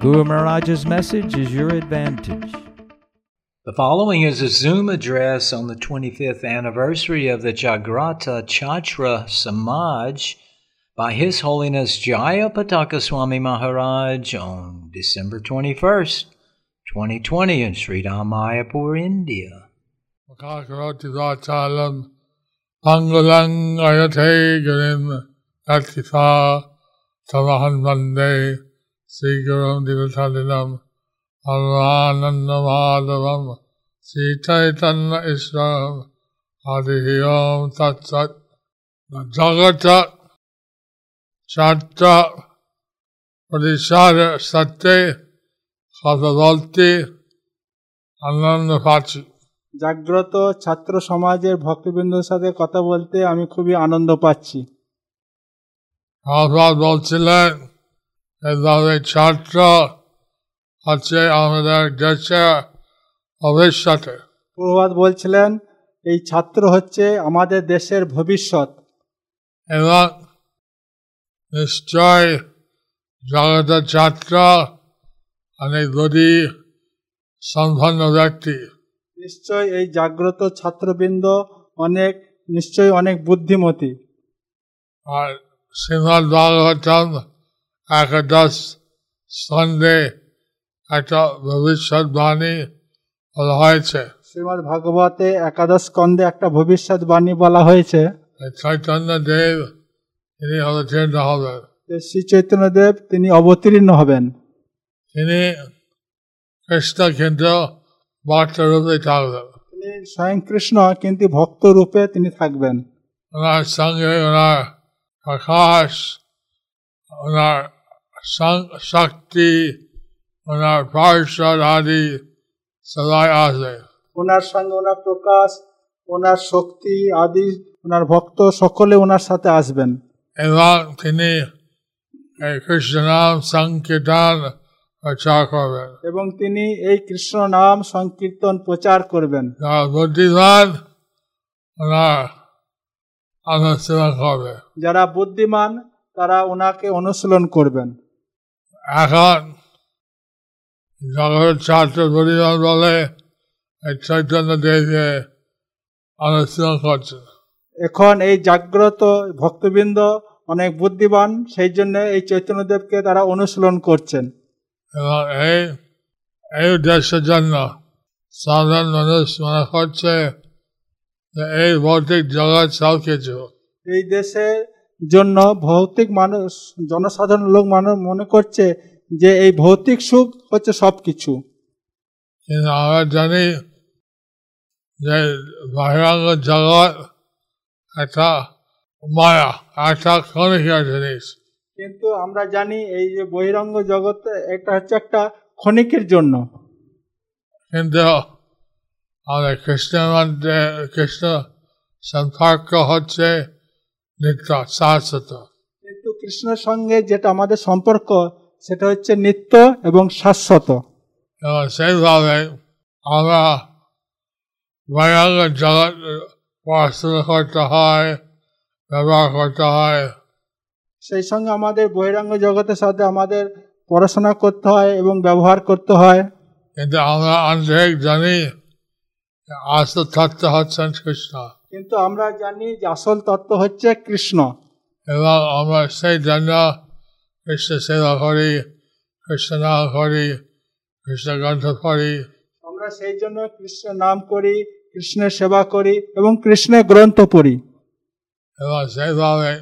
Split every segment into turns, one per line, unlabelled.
Guru Maharaj's message is your advantage.
The following is a Zoom address on the 25th anniversary of the Jagrata Chhatra Samaj by His Holiness Jaya Pataka Swami Maharaj on December 21st, 2020 in Sri Mayapur, India.
Makakaroti Dachalam Pangulang Ayate Gurin Akita Tamahan Mande Sigurum Divitalinam Arananamadavam Sitaitanna Isram Adihiyam Tatsat The Jagata Chatra Padishara Satte Khatadalti Ananda Pachi
জাগ্রত ছাত্র সমাজের ভক্তবৃন্দর সাথে কথা বলতে আমি খুবই আনন্দ পাচ্ছি
আবার বলছিলেন এভাবে ছাত্র আছে আমাদের দেশে ভবিষ্যতে
প্রভাত বলছিলেন এই ছাত্র হচ্ছে আমাদের দেশের ভবিষ্যৎ
এবং নিশ্চয় জগতের ছাত্র অনেক গরিব সম্পন্ন ব্যক্তি
নিশ্চয় এই জাগ্রত ছাত্রবৃন্দ অনেক নিশ্চয়ই অনেক বুদ্ধিমতী
আর শ্রীমদ ভাগবতম একাদশ স্কন্ধে একটা ভবিষ্যৎবাণী বলা হয়েছে
শ্রীমদ ভাগবতে একাদশ স্কন্ধে একটা ভবিষ্যৎবাণী বলা হয়েছে
এই চৈতন্য দেব তিনি অবতীর্ণ হবেন
যে শ্রী চৈতন্যদেব তিনি অবতীর্ণ হবেন
তিনি কৃষ্ণ কিন্তু বার্তারূপে থাকবেন
তিনি স্বয়ং কৃষ্ণ কিন্তু ভক্ত রূপে তিনি থাকবেন
ওনার সঙ্গে ওনার প্রকাশ ওনার সং- শক্তি ওনার পার্ষদ আদি সবাই আসে
ওনার সঙ্গে ওনার প্রকাশ ওনার শক্তি আদি ওনার ভক্ত সকলে ওনার সাথে আসবেন
এবং তিনি এই কৃষ্ণ নাম সংকীর্তন প্রচার করবেন
এবং তিনি এই কৃষ্ণ নাম সংকীর্তন প্রচার করবেন
যারা বুদ্ধিমান ওনার আলোচনা করবে
যারা বুদ্ধিমান তারা ওনাকে অনুশীলন করবেন
এখন জগতের ছাত্র পরিবার বলে এই চৈতন্য দেবকে আলোচনা করছে
এখন এই জাগ্রত ভক্তবৃন্দ অনেক বুদ্ধিমান সেই জন্য এই চৈতন্যদেবকে তারা অনুশীলন করছেন
এবং এই এই উদ্দেশ্যের জন্য সাধারণ মানুষ মনে করছে যে এই ভৌতিক জগৎ সব কিছু
এই দেশের জন্য ভৌতিক মানুষ জনসাধারণ লোক মানুষ মনে করছে যে এই ভৌতিক সুখ হচ্ছে সব কিছু
কিন্তু আমরা জানি যে বহিরঙ্গ জগৎ একটা মায়া একটা ক্ষণিকের জিনিস
কিন্তু আমরা জানি এই যে বহিরঙ্গ জগতে এটা হচ্ছে একটা ক্ষণিকের জন্য
কিন্তু আমাদের কৃষ্ণের মধ্যে কৃষ্ণ সম্পর্ক হচ্ছে নিত্য শাশ্বত
কিন্তু কৃষ্ণের সঙ্গে যেটা আমাদের সম্পর্ক সেটা হচ্ছে নিত্য এবং শাশ্বত
এবং সেইভাবে আমরা বহিরঙ্গ জগৎ পড়াশোনা করতে হয় ব্যবহার করতে হয়
সেই সঙ্গে আমাদের বহিরঙ্গ জগতের সাথে আমাদের পড়াশোনা করতে হয় এবং ব্যবহার করতে হয়
কিন্তু আমরা অনেক জানি আসল তত্ত্ব হচ্ছেন কৃষ্ণ
কিন্তু আমরা জানি যে আসল তত্ত্ব হচ্ছে কৃষ্ণ
এবং আমরা সেই জন্য কৃষ্ণ সেবা করি কৃষ্ণ নাম করি কৃষ্ণ গ্রন্থ করি
আমরা সেই জন্য কৃষ্ণ নাম করি কৃষ্ণের সেবা করি এবং কৃষ্ণের গ্রন্থ পড়ি
এবং সেইভাবে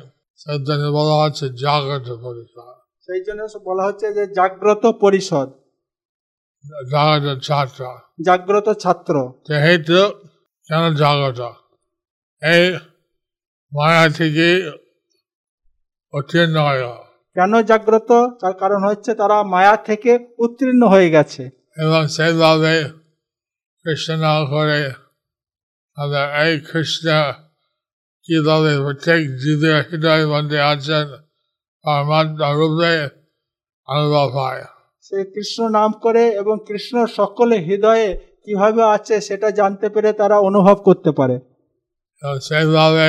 সেই জন্য বলা হচ্ছে জাগ্রত পরিচয়
সেই জন্য বলা হচ্ছে যে জাগ্রত পরিষদ
জাগ্রত ছাত্র
জাগ্রত ছাত্র
যেহেতু কেন জাগ্রত এই মায়া থেকে উত্তীর্ণ হয়
কেন জাগ্রত তার কারণ হচ্ছে তারা মায়া থেকে উত্তীর্ণ হয়ে গেছে
এবং সেইভাবে কৃষ্ণ নাম করে আমরা এই কৃষ্ণ কিভাবে প্রত্যেক জীবের হৃদয় মধ্যে আছেন পরমাত্মা রূপে অনুভব হয়
সে কৃষ্ণ নাম করে এবং কৃষ্ণ সকলে হৃদয়ে কিভাবে আছে সেটা জানতে পেরে তারা অনুভব করতে পারে
এবং সেইভাবে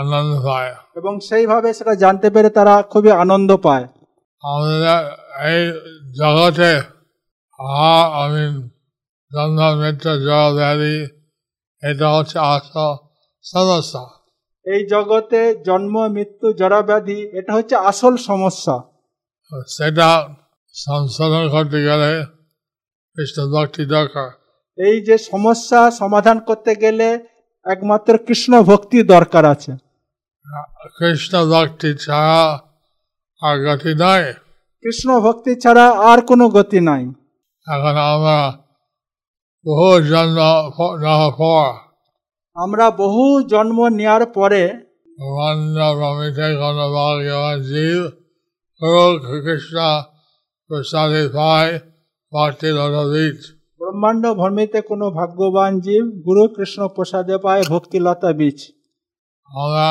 আনন্দ পায়
এবং সেইভাবে সেটা জানতে পেরে তারা খুবই আনন্দ পায়
আমরা এই জগতে হা আমি জন্ম মৃত্যু জড় ব্যাধি এটা হচ্ছে আসল সমস্যা
এই জগতে জন্ম মৃত্যু জরা ব্যাধি এটা হচ্ছে আসল সমস্যা
সেটা সংশোধন করতে গেলে কৃষ্ণ ভক্তি দরকার
এই যে সমস্যা সমাধান করতে গেলে একমাত্র কৃষ্ণ ভক্তি দরকার আছে
কৃষ্ণ ভক্তি ছাড়া আর গতি নয়
কৃষ্ণ ভক্তি ছাড়া আর কোনো গতি নাই
এখন আমরা বহু জন্ম নেওয়ার পর
আমরা বহু জন্ম নেওয়ার পরে
ভগবান রমিতে কোনো ভাগ্যবান জীব হোক কৃষ্ণ প্রসাদে পায় ভক্তির অনুবীত
ব্রহ্মাণ্ড ভূমিতে কোনো ভাগ্যবান জীব গুরু কৃষ্ণ প্রসাদে পায় ভক্তিলতা বীজ
আমরা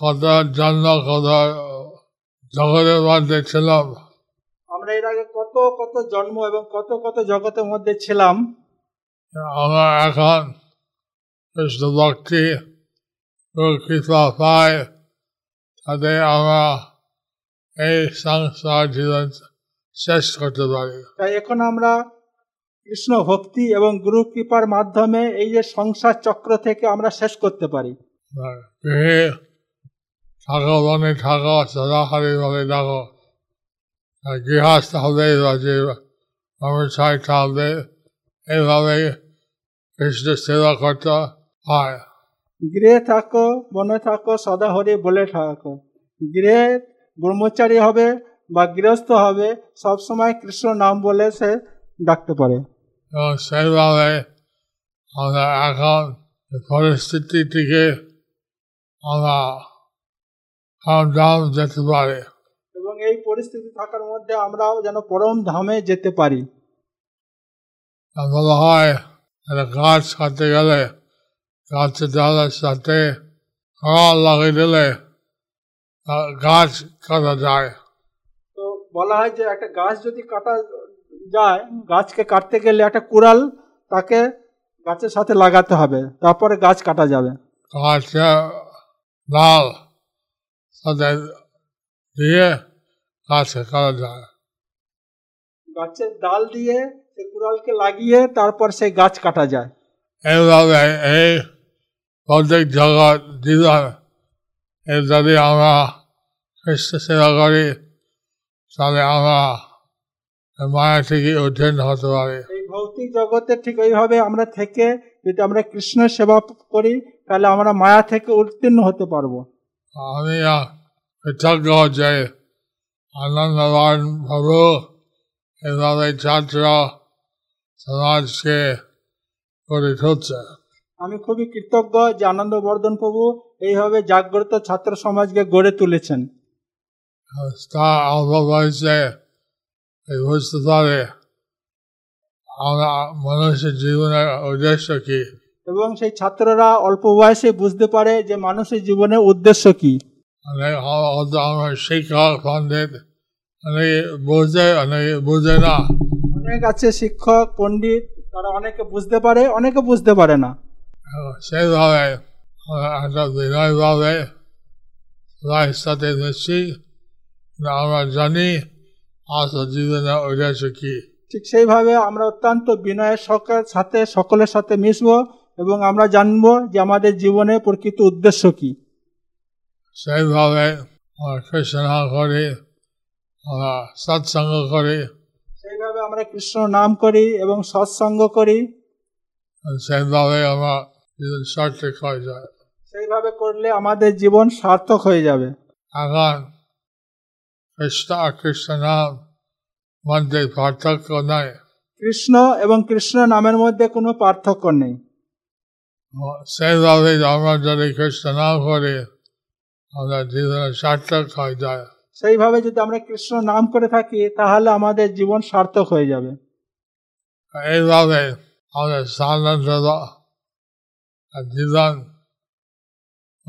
কত জন্ম কত জগতের মধ্যে ছিলাম
আমরা এর আগে কত কত জন্ম এবং কত কত জগতের মধ্যে ছিলাম
আমরা এখন কৃষ্ণ ভক্তি কৃপা পাই তাতে আমরা এই সংসার জীবন শেষ করতে পারি
তাই এখন আমরা কৃষ্ণ ভক্তি এবং গুরু কৃপার মাধ্যমে এই যে সংসার চক্র থেকে আমরা শেষ করতে পারি
গৃহে থাকো বনে থাকো সদা হরি বলে ডাকো আর গৃহস্থ হবে বা যে ব্যবসায় থাকবে এইভাবে কৃষ্ণ সেবা করতে হয়
গৃহে থাকো বনে থাকো সদা হরি বলে থাকো গৃহে ব্রহ্মচারী হবে বা গৃহস্থ হবে সবসময় কৃষ্ণ নাম বলে সে ডাকতে পারে
এবং সেইভাবে আমরা এখন এই পরিস্থিতিটিকে আমরা কাম দাম যেতে পারি
এবং এই পরিস্থিতি থাকার মধ্যে আমরাও যেন পরম ধামে যেতে পারি
আর বলা হয় একটা গাছ কাটতে গেলে গাছের ডালের সাথে খড় লাগিয়ে দিলে আহ, গাছ কাটা যায়
তো বলা হয় যে একটা গাছ যদি কাটা যায় গাছকে কাটতে গেলে একটা কুড়াল তাকে গাছের সাথে লাগাতে হবে তারপরে গাছ কাটা যাবে
গাছের ডাল সাথে দিয়ে গাছকে কাটা যায়
গাছের ডাল দিয়ে সে কুড়ালকে লাগিয়ে তারপর সেই গাছ কাটা যায়
এইভাবে এই প্রত্যেক জগৎ জীবন এর যদি আমরা খ্রিস্ট সেবা করি তাহলে আমরা এই মায়া থেকে উত্তীর্ণ হতে পারি
এই ভৌতিক জগতে ঠিক এইভাবে আমরা থেকে যদি আমরা কৃষ্ণ সেবা করি তাহলে আমরা মায়া থেকে উত্তীর্ণ হতে পারবো
আমি কৃতজ্ঞ যে আনন্দবান প্রভু এভাবে ছাত্র সমাজকে করে তুলছে
আমি খুবই কৃতজ্ঞ যে আনন্দবর্ধন প্রভু এইভাবে জাগ্রত ছাত্র সমাজকে গড়ে তুলেছেন
তা অল্প বয়সে এই বুঝতে পারে আমরা মানুষের জীবনের উদ্দেশ্য কি
এবং সেই ছাত্ররা অল্প বয়সে বুঝতে পারে যে মানুষের জীবনের উদ্দেশ্য কি
অনেক আ- হয়তো আমরা শিক্ষক পণ্ডিত অনেকে বোঝে অনেকে বোঝে না
অনেক আছে শিক্ষক পণ্ডিত তারা অনেকে বুঝতে পারে অনেকে বুঝতে পারে না
সেইভাবে আমরা একটা বিনয়ভাবে সবাই সাথে মিশছি না আমরা জানি আসল জীবনের উদ্দেশ্য কি
ঠিক সেইভাবে আমরা অত্যন্ত বিনয়ের সকের সাথে সকলের সাথে মিশবো এবং আমরা জানবো যে আমাদের জীবনের প্রকৃত উদ্দেশ্য কি
সেইভাবে আমরা কৃষ্ণ করি আমরা সৎসঙ্গ করি
সেইভাবে আমরা কৃষ্ণ নাম করি এবং সৎসঙ্গ করি
সেইভাবে আমরা জীবন সঠিক হয়ে যায়
সেইভাবে করলে আমাদের জীবন সার্থক হয়ে যাবে
এখন কৃষ্ণ আর কৃষ্ণ নাম মধ্যে পার্থক্য নয়
কৃষ্ণ এবং কৃষ্ণ নামের মধ্যে কোনো পার্থক্য নেই
সেইভাবে আমরা যদি কৃষ্ণ নাম করি আমরা জীবনে সার্থক হয়ে যায়
সেইভাবে যদি আমরা কৃষ্ণ নাম করে থাকি তাহলে আমাদের জীবন সার্থক হয়ে যাবে
এইভাবে আমাদের সাধারণত জীবন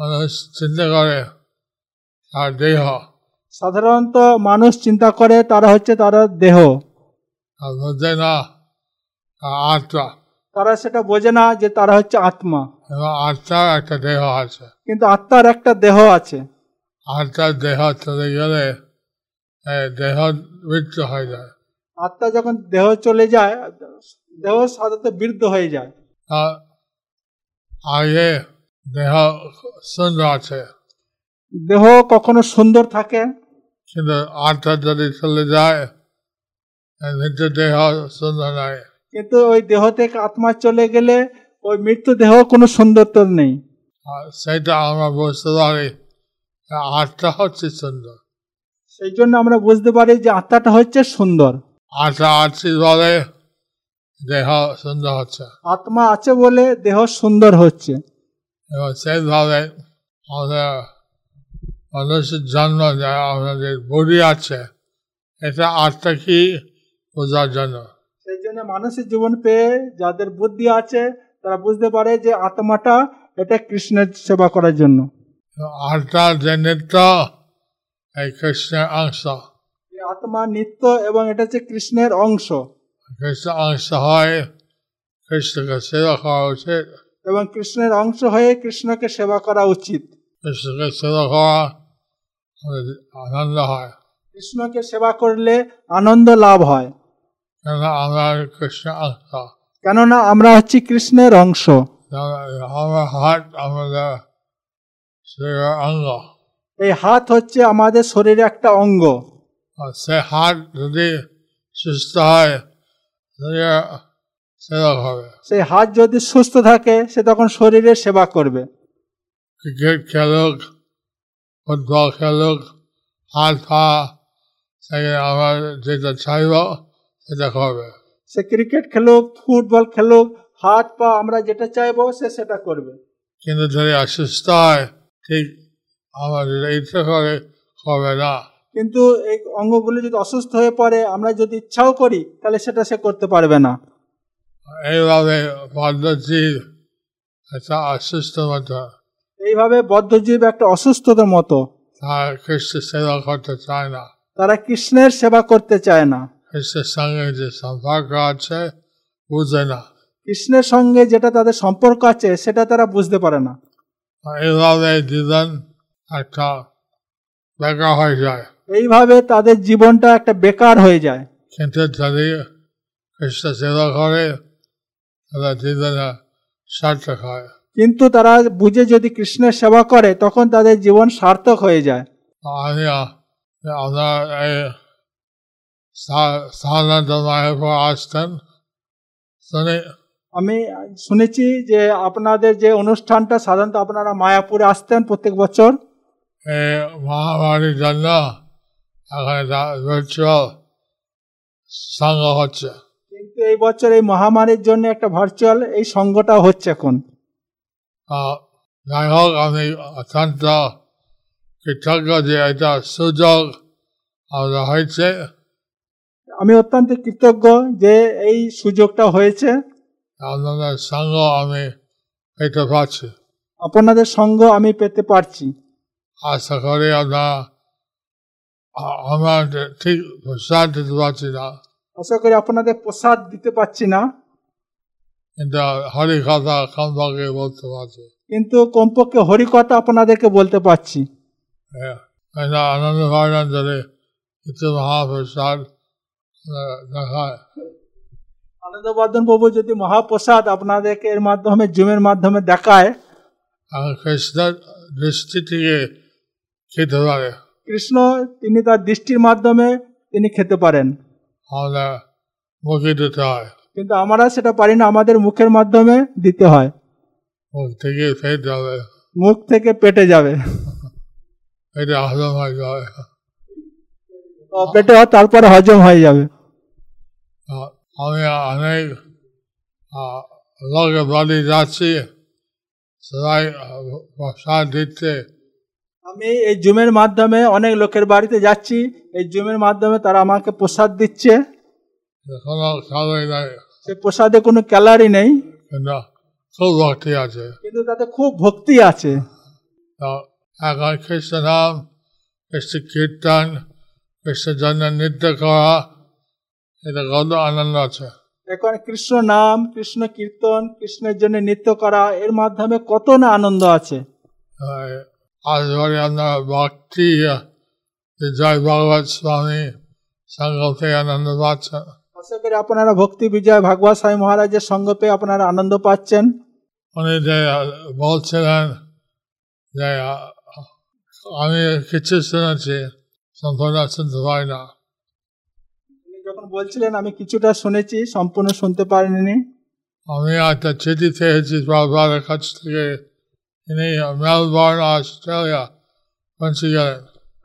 মানুষ চিন্তা করে আর দেহ
সাধারণত মানুষ চিন্তা করে তারা হচ্ছে তারা দেহ
আর বোঝে না আর আত্মা
তারা সেটা বোঝে না যে তারা হচ্ছে আত্মা
এবং আত্মার একটা দেহ আছে
কিন্তু আত্মার একটা দেহ আছে
আত্মার দেহ চলে গেলে এই দেহ মৃত্যু হয়ে যায়
আত্মা যখন দেহ চলে যায় দেহ সাধারণত বৃদ্ধ হয়ে যায়
আর আগে দেহ সুন্দর আছে
দেহ কখনো সুন্দর থাকে
কিন্তু আত্মা যদি চলে যায় এই মৃত্যু দেহ সুন্দর নাই
কিন্তু ওই দেহ থেকে আত্মা চলে গেলে ওই মৃত্যু দেহ কোনো সুন্দরতর নেই
আর সেটা আমরা বুঝতে পারি আত্মা হচ্ছে সুন্দর
সেই জন্য আমরা বুঝতে পারি যে আত্মাটা হচ্ছে সুন্দর
আত্মা আছি বলে দেহ সুন্দর হচ্ছে
আত্মা আছে বলে দেহ সুন্দর হচ্ছে
এবং সেইভাবে আমাদের মানুষের জন্ম দেয় আমাদের বডি আছে এটা আত্মা কি বোঝার জন্য
সেই জন্য মানুষের জীবন পেয়ে যাদের বুদ্ধি আছে তারা বুঝতে পারে যে আত্মাটা এটা কৃষ্ণের সেবা করার জন্য
আত্মা যে নৃত্য এই কৃষ্ণের অংশ
এই আত্মা নিত্য এবং এটা হচ্ছে কৃষ্ণের অংশ
কৃষ্ণ অংশ হয় কৃষ্ণকে সেবা করা উচিত
এবং কৃষ্ণের অংশ হয়ে কৃষ্ণকে সেবা করা উচিত
কৃষ্ণকে সেবা করা আমাদের আনন্দ হয়
কৃষ্ণকে সেবা করলে আনন্দ লাভ হয়
কেন আমরা কৃষ্ণ অংশ
কেননা আমরা হচ্ছি কৃষ্ণের অংশ
আমার হাত আমাদের শরীরের অঙ্গ
এই হাত হচ্ছে আমাদের শরীরে একটা অঙ্গ
আর সে হাত যদি সুস্থ হয় শরীরে সেরক হবে
সেই হাত যদি সুস্থ থাকে সে তখন শরীরে সেবা করবে
ক্রিকেট খেলুক ফুটবল খেলুক হাত পা সেখানে আমার যেটা চাইব সেটা করবে
সে ক্রিকেট খেলুক ফুটবল খেলুক হাত পা আমরা যেটা চাইবো সে সেটা করবে
কিন্তু যদি অসুস্থ হয় ঠিক আমার যেটা ইচ্ছে করে হবে না
কিন্তু এই অঙ্গগুলি যদি অসুস্থ হয়ে পড়ে আমরা যদি ইচ্ছাও করি তাহলে সেটা সে করতে পারবে না
এইভাবে বদ্ধজীব একটা অসুস্থ মতো
এইভাবে বদ্ধজীব একটা অসুস্থতার মতো
তার কৃষ্ণ সেবা করতে চায় না
তারা কৃষ্ণের সেবা করতে চায় না
কৃষ্ণের সঙ্গে যে সম্পর্ক আছে বুঝে না
কৃষ্ণের সঙ্গে যেটা তাদের সম্পর্ক আছে সেটা তারা বুঝতে পারে না
এইভাবে জীবন একটা বেকা হয়ে যায়
এইভাবে তাদের জীবনটা একটা বেকার হয়ে যায়
কিন্তু যদি কৃষ্ণ সেবা করে তাহলে জীবনে সার্থক হয়
কিন্তু তারা বুঝে যদি কৃষ্ণের সেবা করে তখন তাদের জীবন সার্থক হয়ে যায়
আমি আপনার এই সাধারণত মায়ের পর আসতেন শুনি
আমি শুনেছি যে আপনাদের যে অনুষ্ঠানটা সাধারণত আপনারা মায়াপুরে আসতেন প্রত্যেক বছর
এই মহামারীর জন্য এখন একটা virtual সঙ্গ হচ্ছে
কিন্তু এই বছর এই মহামারীর জন্য একটা ভার্চুয়াল এই সঙ্গটা হচ্ছে এখন
আহ, যাই হোক আমি অত্যন্ত কৃতজ্ঞ যে এটা সুযোগ আমাদের হয়েছে
আমি অত্যন্ত কৃতজ্ঞ যে এই সুযোগটা হয়েছে
আপনাদের সঙ্গ আমি পেতে পারছি
আপনাদের সঙ্গ আমি পেতে পারছি
আশা করি আপনারা আ- আমরা যে ঠিক প্রসাদ দিতে পারছি না
আশা করি আপনাদের প্রসাদ দিতে পারছি না
কিন্তু হরি কথা কমপক্ষে বলতে পারছি
কিন্তু কমপক্ষে হরিকথা আপনাদেরকে বলতে পারছি
হ্যাঁ, এটা আনন্দ ভাবনা যদি কিছু মহাপ্রসাদ আহ, দেখায়
আনন্দবর্ধন প্রভু যদি মহাপ্রসাদ আপনাদেরকে এর মাধ্যমে জুমের মাধ্যমে দেখায়
আর কৃষ্ণের দৃষ্টি থেকে খেতে পারে
কৃষ্ণ তিনি তার দৃষ্টির মাধ্যমে তিনি খেতে পারেন
আমরা মুখে দিতে হয়
কিন্তু আমরা সেটা পারি না আমাদের মুখের মাধ্যমে দিতে হয়
মুখ থেকে ফেলতে হবে
মুখ থেকে পেটে যাবে
এটা হজম হয়ে যাবে
পেটে হয়, তারপরে হজম হয়ে যাবে
আহ, আমি অনেক আহ, äh, লোকের বাড়ি যাচ্ছি সবাই আহ, প্রসাদ দিচ্ছে
আমি এই জুমের মাধ্যমে অনেক লোকের বাড়িতে যাচ্ছি এই জুমের মাধ্যমে তারা আমাকে প্রসাদ দিচ্ছে
কোনো খাওয়াই নাই
সে প্রসাদে কোনো ক্যালারি নেই
কিন্তু খুব ভক্তি আছে
কিন্তু তাতে খুব ভক্তি আছে
তো এখন কৃষ্ণ নাম কৃষ্ণ কীর্তন কৃষ্ণ জন্য নৃত্য করা এটা কত আনন্দ আছে
এখন কৃষ্ণ নাম কৃষ্ণ কীর্তন কৃষ্ণের জন্য নৃত্য করা এর মাধ্যমে কত না আনন্দ আছে
I Advarana Bhakti, the Jai Bhagavat Swami, Sangapayananda Bhatta.
আশা করি আপনারা ভক্তি বিজয় ভাগবত সাই মহারাজের সঙ্গ পেয়ে আপনারা আনন্দ পাচ্ছেন
উনি যে বলছিলেন যে আহ, আমি কিছু শুনেছি সম্পূর্ণ শুনতে পারি না
উনি যখন বলছিলেন আমি কিছুটা শুনেছি সম্পূর্ণ শুনতে পারিনি
আমি একটা চিঠি পেয়েছি বাবার কাছ থেকে তিনি মেলবোর্ন অস্ট্রেলিয়া পৌঁছে গেলেন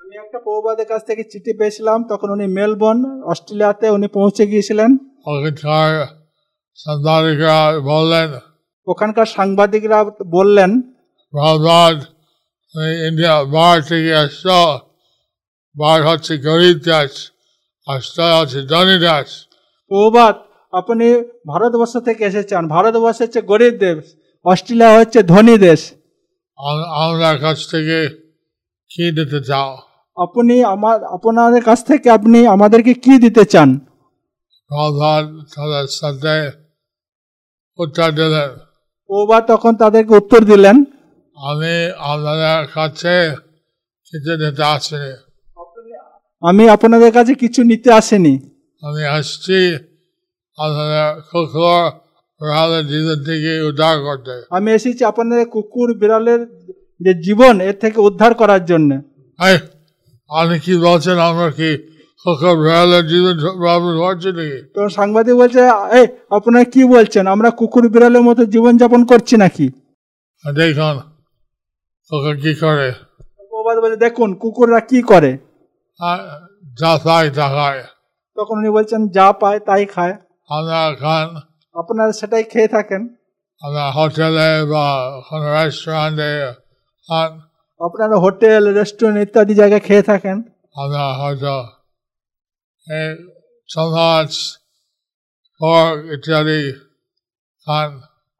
আমি একটা প্রভুবাদের কাছ থেকে চিঠি পেয়েছিলাম তখন উনি মেলবোর্ন অস্ট্রেলিয়াতে উনি পৌঁছে গিয়েছিলেন
ওখানকার সাংবাদিকরা বললেন
ওখানকার সাংবাদিকরা বললেন
প্রহ্লাদ ইন্ডিয়া বার থেকে আসছো বার হচ্ছে গরিব দাস আসতে হচ্ছে ধনী দাস
প্রভুবাদ আপনি ভারতবর্ষ থেকে এসেছেন ভারতবর্ষ হচ্ছে গরিব দেশ অস্ট্রেলিয়া হচ্ছে ধনী দেশ
আম- আমরা কাছ থেকে কি দিতে চাও
আপনি আমার আপনাদের কাছ থেকে আপনি আমাদেরকে কি দিতে চান
প্রহ্লাদ তাদের সাথে উত্তর দিলেন
প্রভুবাদ তখন তাদেরকে উত্তর দিলেন
আমি আপনাদের কাছে কিছু দিতে আসিনি
আমি আপনাদের কাছে কিছু নিতে আসিনি
আমি আসছি আপনাদের কুকুর প্রহ্লাদের জীবন থেকে উদ্ধার করতে
আমি এসেছি আপনাদের কুকুর বিড়ালের যে জীবন এর থেকে উদ্ধার করার জন্য
এই আপনি কি বলছেন আমরা কি খোকা বেড়ালের জীবন প্রবলেম হচ্ছে নাকি
তো সাংবাদিক বলছে এই আপনারা কি বলছেন আমরা কুকুর বিড়ালের মতো জীবনযাপন করছি নাকি
আর দেখুন খোকা কি করে
প্রবাদ বলছে দেখুন কুকুররা কি করে
আর যা চাই তা খায়
তখন উনি বলছেন যা পায় তাই খায়
আমরা খান
আপনারা সেটাই খেয়ে থাকেন
আমরা হোটেলে বা কোনো রেস্টুরেন্টে খান
আপনারা হোটেল রেস্টুরেন্ট ইত্যাদি জায়গায় খেয়ে থাকেন
আমরা হয়তো এই সমাজ ফর্ক ইত্যাদি খান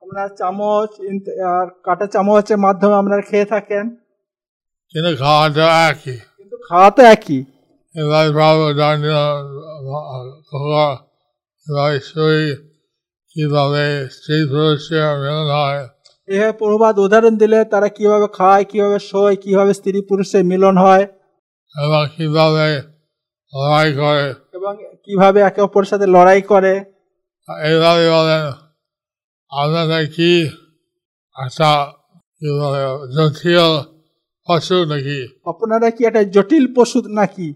আপনার চামচ ইন- আর কাটা চামচের মাধ্যমে আপনারা খেয়ে থাকেন
কিন্তু খাওয়া দাওয়া একই
কিন্তু খাওয়া তো একই
এবার বাবা দাঁড়িয়ে খোকা এবার সেই কীভাবে স্ত্রী পুরুষের মিলন হয়
এভাবে প্রবাদ উদাহরণ দিলে তারা কিভাবে খায় কিভাবে শোয় কিভাবে স্ত্রী পুরুষের মিলন হয়
এবং কীভাবে লড়াই করে
এবং কিভাবে একে অপরের সাথে লড়াই করে
এইভাবে বলেন আপনাদের কি একটা কী বলে জাতীয় পশু নাকি
আপনারা কি একটা জটিল পশু নাকি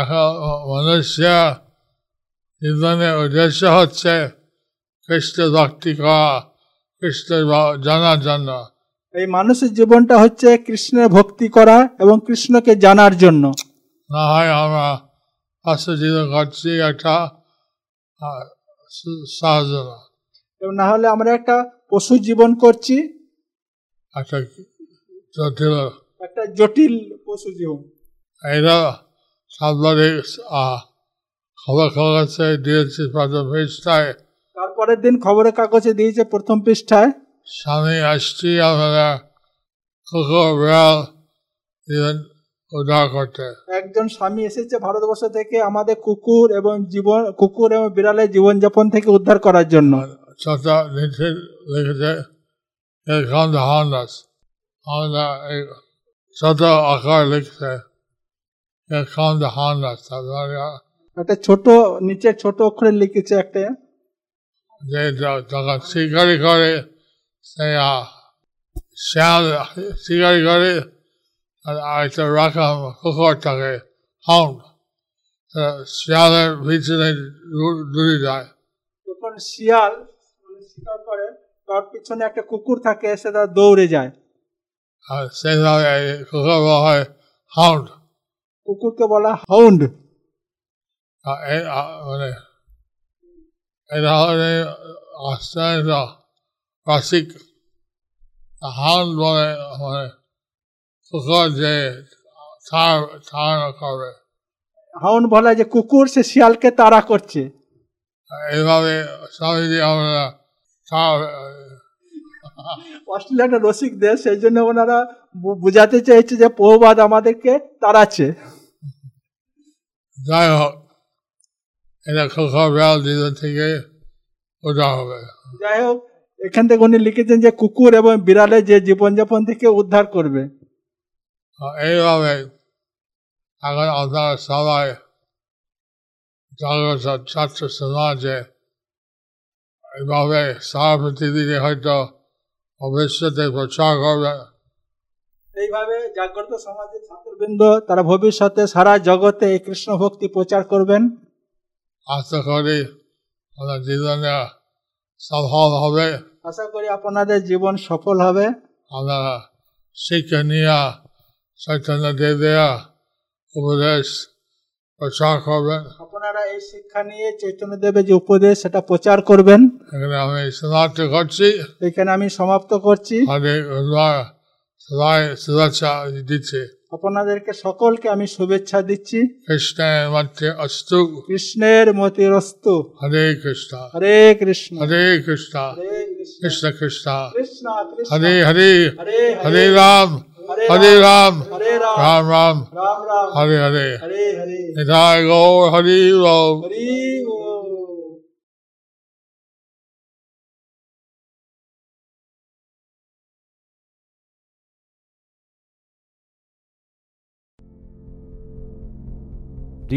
এখন মনুষ্য জীবনের উদ্দেশ্য হচ্ছে কৃষ্ণ ভক্তি করা কৃষ্ণ বা- জানার জন্য
এই মানুষের জীবনটা হচ্ছে কৃষ্ণের ভক্তি করা এবং কৃষ্ণকে জানার জন্য
না হয় আমরা পাশে জীবন করছি একটা আহ, সা- সাহায্য না।
এবং না হলে আমরা একটা পশু জীবন করছি
একটা জটিল
একটা জটিল পশু জীবন
এটা সাংবাদিক আহ, খবর কাগজে দিয়েছি প্রথম পৃষ্ঠায়
তারপরের দিন খবরের কাগজে দিয়েছে প্রথম পৃষ্ঠায়
স্বামী আসছি আমরা কুকুর বিড়াল জীবন উদ্ধার করতে
একজন স্বামী এসেছে ভারতবর্ষ থেকে আমাদের কুকুর এবং জীবন কুকুর এবং বিড়ালের জীবনযাপন থেকে উদ্ধার করার জন্য
ছোট নিচে লিখেছে এরকম হান্ডাস আমরা এই ছোট আকার লিখছে এরকম হান্ডাস
একটা ছোট নিচে ছোট অক্ষরে লিখেছে একটা
যে যখন শিকারি করে সে আহ, শিয়াল শিকারি করে আর একটা রাখাম কুকুর থাকে হাউন্ড শিয়ালের পিছনে দূ- দূরে যায়
যখন শিয়াল মানে শিকার করে তার পিছনে একটা কুকুর থাকে সে তার দৌড়ে যায়
আর সেইভাবে এই কুকুর বলা হয় হাউন্ড
কুকুরকে বলা হাউন্ড
Uh, and, uh, মানে এটা হলে আশ্চর্য রাশিক হাউন্ড বলে মানে কুকুর যে ছাড় ছাড় করে
হাউন বলে যে কুকুর সে শিয়ালকে তাড়া করছে
এইভাবে স্বামীজি আমরা ছাড়
অস্ট্রেলিয়া একটা রসিক দেশ সেই জন্য ওনারা বু- বুঝাতে চেয়েছে যে প্রভুবাদ আমাদেরকে তাড়াচ্ছে
যাই হোক এটা কুকুর বেড়াল দিতে থেকে উঠা হবে
যাই হোক এখান থেকে উনি লিখেছেন যে কুকুর এবং বিড়ালে যে জীবনযাপন থেকে উদ্ধার করবে
আর এইভাবে এখন আপনারা সবাই জাগ্রত ছাত্র সমাজে এইভাবে সারা পৃথিবীতে হয়তো ভবিষ্যতে প্রচার করবে
এইভাবে জাগ্রত সমাজের ছাত্রবৃন্দ তারা ভবিষ্যতে সারা জগতে এই কৃষ্ণ ভক্তি প্রচার করবেন
আশা করি আমাদের জীবনে সফল হবে
আশা করি আপনাদের জীবন সফল হবে
আমরা শিক্ষণীয় চৈতন্য দেবের উপদেশ প্রচার করবেন
আপনারা এই শিক্ষা নিয়ে চৈতন্যদেবের যে উপদেশ সেটা প্রচার করবেন
এখানে আমি সমাপ্ত করছি
এখানে আমি সমাপ্ত করছি
অনেক ধন্যবাদ সবাই শুভেচ্ছা দিচ্ছে
আপনাদেরকে সকলকে আমি শুভেচ্ছা দিচ্ছি
কৃষ্ণের মধ্যে অস্তু
কৃষ্ণের মতিরস্তু
হরে কৃষ্ণ
হরে কৃষ্ণ
হরে কৃষ্ণ
হরে কৃষ্ণ
কৃষ্ণ কৃষ্ণ
কৃষ্ণ কৃষ্ণ
হরে হরে
হরে
হরে রাম হরে রাম
হরে রাম
রাম রাম
রাম রাম
হরে হরে
হরে হরে
নিতাই গৌর হরি রাম
হরি ও
Do